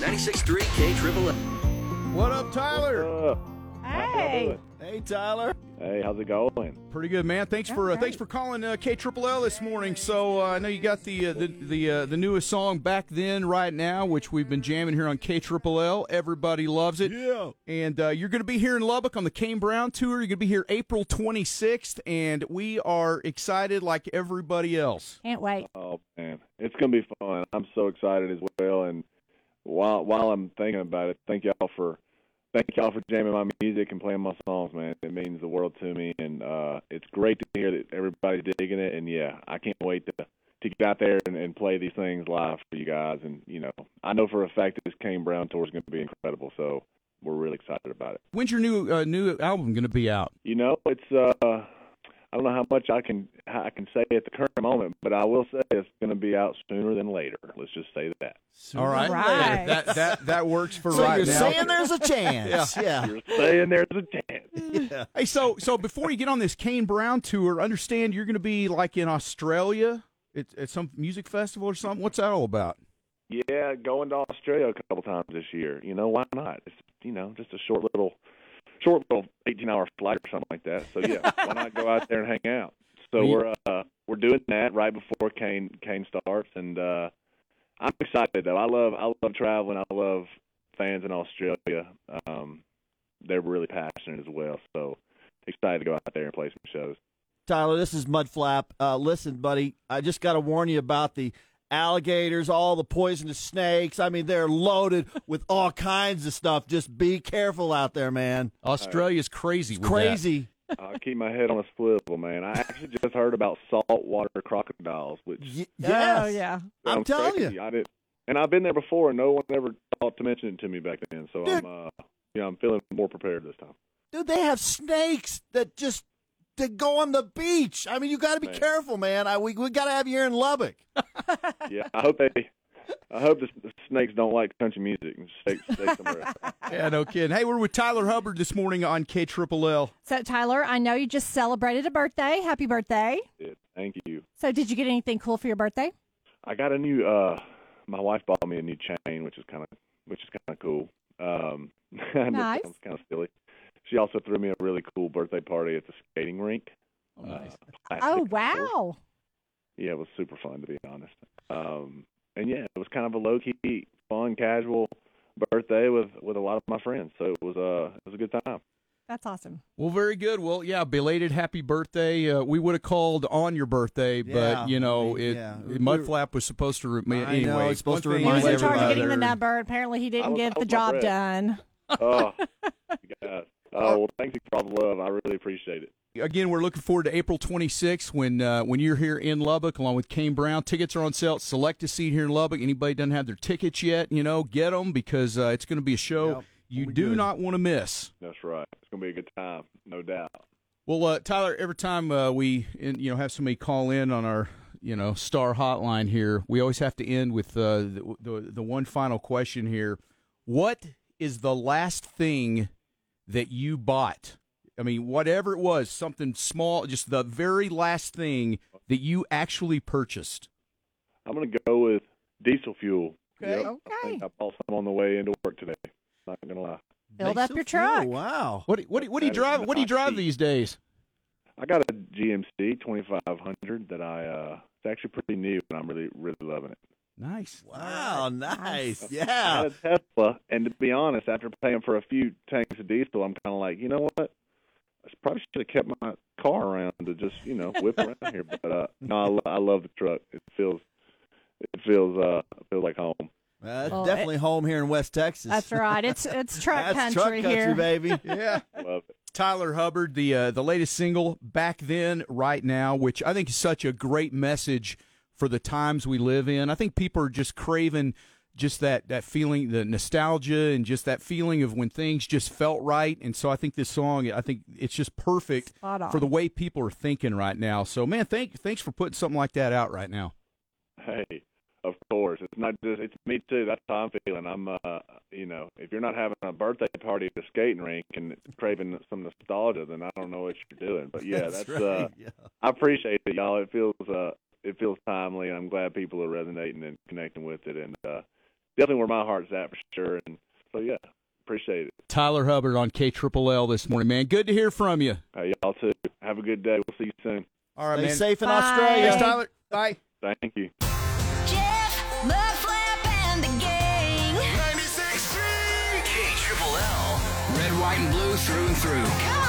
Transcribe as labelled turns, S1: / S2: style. S1: 96.3 K Triple
S2: What up, Tyler?
S3: Uh,
S4: Hey.
S2: Hey, Tyler.
S3: hey, how's it going?
S2: Pretty good, man. Thanks for uh, thanks for calling uh, K Triple L this morning. So uh, I know you got the uh, the the, uh, the newest song back then, right now, which we've been jamming here on K Triple L. Everybody loves it.
S3: Yeah.
S2: And uh, you're going to be here in Lubbock on the Kane Brown tour. You're going to be here April 26th, and we are excited like everybody else.
S4: Can't wait.
S3: Oh man, it's gonna be fun. I'm so excited as well. And while while I'm thinking about it, thank y'all for thank y'all for jamming my music and playing my songs, man. It means the world to me, and uh, it's great to hear that everybody's digging it. And yeah, I can't wait to to get out there and, and play these things live for you guys. And you know, I know for a fact that this Kane Brown tour is gonna be incredible. So we're really excited about it.
S2: When's your new uh, new album going to be out?
S3: You know, it's uh, I don't know how much I can how I can say at the current moment, but I will say it's going to be out sooner than later. Let's just say that.
S2: All right,
S4: Right.
S2: that that that works for
S5: So
S2: right
S5: you're
S2: now.
S5: saying there's a chance. yeah.
S3: You're saying there's a chance.
S2: Hey, so so before you get on this Kane Brown tour, understand you're going to be like in Australia at, at some music festival or something. What's that all about?
S3: Yeah, going to Australia a couple times this year. You know, why not? It's you know just a short little, short little eighteen-hour flight or something like that. So yeah, why not go out there and hang out? So
S2: Me-
S3: we're uh, we're doing that right before Kane Kane starts, and uh, I'm excited though. I love I love traveling. I love fans in Australia. Um, they're really passionate as well. So excited to go out there and play some shows.
S5: Tyler, this is Mudflap. Uh, listen, buddy, I just got to warn you about the alligators, all the poisonous snakes. I mean, they're loaded with all kinds of stuff. Just be careful out there, man.
S2: Australia's crazy. with that.
S5: Crazy.
S3: I'll keep my head on a swivel, man. I actually just heard about saltwater crocodiles, which
S5: Y-
S4: Oh
S5: yes.
S4: yeah.
S5: I'm
S3: sounds
S5: telling
S3: crazy.
S5: you.
S3: I did, and I've been there before, and no one ever thought to mention it to me back then. So
S5: Dude.
S3: I'm, uh, you know, I'm feeling more prepared this time.
S5: Dude, they have snakes that just that go on the beach. I mean, you got to be
S3: Man.
S5: careful, man. I, we we got to have you here in Lubbock.
S3: Yeah, I hope they, I hope the, the snakes don't like country music and snakes stay somewhere. else.
S2: Yeah, no kidding. Hey, we're with Tyler Hubbard this morning on K Triple L.
S4: So Tyler, I know you just celebrated a birthday. Happy birthday.
S3: Yeah, Thank you.
S4: So did you get anything cool for your birthday?
S3: I got a new. uh My wife bought me a new chain, which is kind of, which is kind of cool. Um,
S4: Nice.
S3: It's kind of silly. She also threw me a really cool birthday party at the skating rink.
S2: nice.
S3: Uh,
S4: Oh
S3: plastic, of course.
S4: wow.
S3: yeah, it was super fun to be honest. Um, and yeah, it was kind of a low key, fun, casual birthday with with a lot of my friends. So it was uh it was a good time.
S4: That's awesome.
S2: Well, very good. Well, yeah, belated happy birthday. Uh, we would have called on your birthday,
S5: Yeah,
S2: but you know,
S5: I mean,
S2: it
S5: yeah.
S2: Mudflap was supposed to remind.
S5: I know,
S2: anyway,
S5: it's supposed
S2: one
S5: to
S2: thing-
S4: He was in
S5: Remind
S4: charge of
S5: everybody.
S4: getting the number. Apparently he
S3: I
S4: didn't
S3: was-
S4: get
S3: I
S4: the
S3: was my
S4: job
S3: breath.
S4: done.
S3: Oh, you guys. oh well, thank you for all the love. I really appreciate it.
S2: Again, we're looking forward to April 26th when uh, when you're here in Lubbock along with Kane Brown. Tickets are on sale. at Select a seat here in Lubbock. Anybody doesn't have their tickets yet, you know, get them because uh, it's going to be a show
S5: Yep.
S2: you
S5: We
S2: do
S5: good.
S2: not want to miss.
S3: That's right. It's gonna be a good time, no doubt.
S2: Well, uh, Tyler, every time uh, we in, you know have somebody call in on our you know star hotline here, we always have to end with uh, the, the the one final question here. What is the last thing that you bought? I mean, whatever it was, something small, just the very last thing that you actually purchased.
S3: I'm gonna go with diesel fuel.
S2: Okay.
S3: Yep. I
S4: Okay.
S3: think I bought some on the way into work today. Not gonna lie.
S4: Build
S5: Makes
S4: up
S5: you
S4: your
S5: feel-
S4: truck.
S5: Wow.
S2: What do- what do- what do you
S3: That is
S2: drive? What do you
S3: not
S2: drive
S3: cheap.
S2: these days?
S3: I got a GMC 2500 that I uh it's actually pretty new and I'm really really loving it.
S2: Nice.
S5: Wow, nice.
S3: I
S5: Yeah.
S3: had a Tesla, and to be honest, after paying for a few tanks of diesel, I'm kind of like, you know what? I probably should have kept my car around to just, you know, whip around here. But uh, no, I, lo- I love the truck. It feels, it feels, uh, it feels like home.
S5: Well, it's
S4: Well,
S5: definitely home here in West Texas.
S4: That's right. It's it's truck
S5: That's
S4: country
S5: truck
S4: here.
S5: country, baby.
S2: Yeah.
S3: I love it.
S2: Tyler Hubbard, the uh, the latest single back then, right now, which I think is such a great message for the times we live in. I think people are just craving just that that feeling, the nostalgia, and just that feeling of when things just felt right. And so I think this song, I think it's just perfect
S4: Spot on.
S2: for the way people are thinking right now. So man, thank thanks for putting something like that out right now.
S3: Hey, of course. It's not just it's me too. That's how I'm feeling. I'm uh you know, if you're not having a birthday party at a skating rink and craving some nostalgia, then I don't know what you're doing. But yeah, that's, uh
S5: yeah.
S3: I appreciate it, y'all. It feels uh it feels timely and I'm glad people are resonating and connecting with it and uh definitely where my heart's at for sure and so yeah, appreciate it.
S2: Tyler Hubbard on K Triple L this morning, man. Good to hear from you.
S3: Hey, y'all too. Have a good day. We'll see you soon.
S2: All
S5: Stay
S2: right, man.
S5: safe in
S4: Bye.
S5: Australia.
S2: Thanks, Tyler. Bye.
S3: Thank you.
S1: Jeff, Mudflap, and the gang.
S6: K Triple L. Red, white, and blue through and through.
S1: Come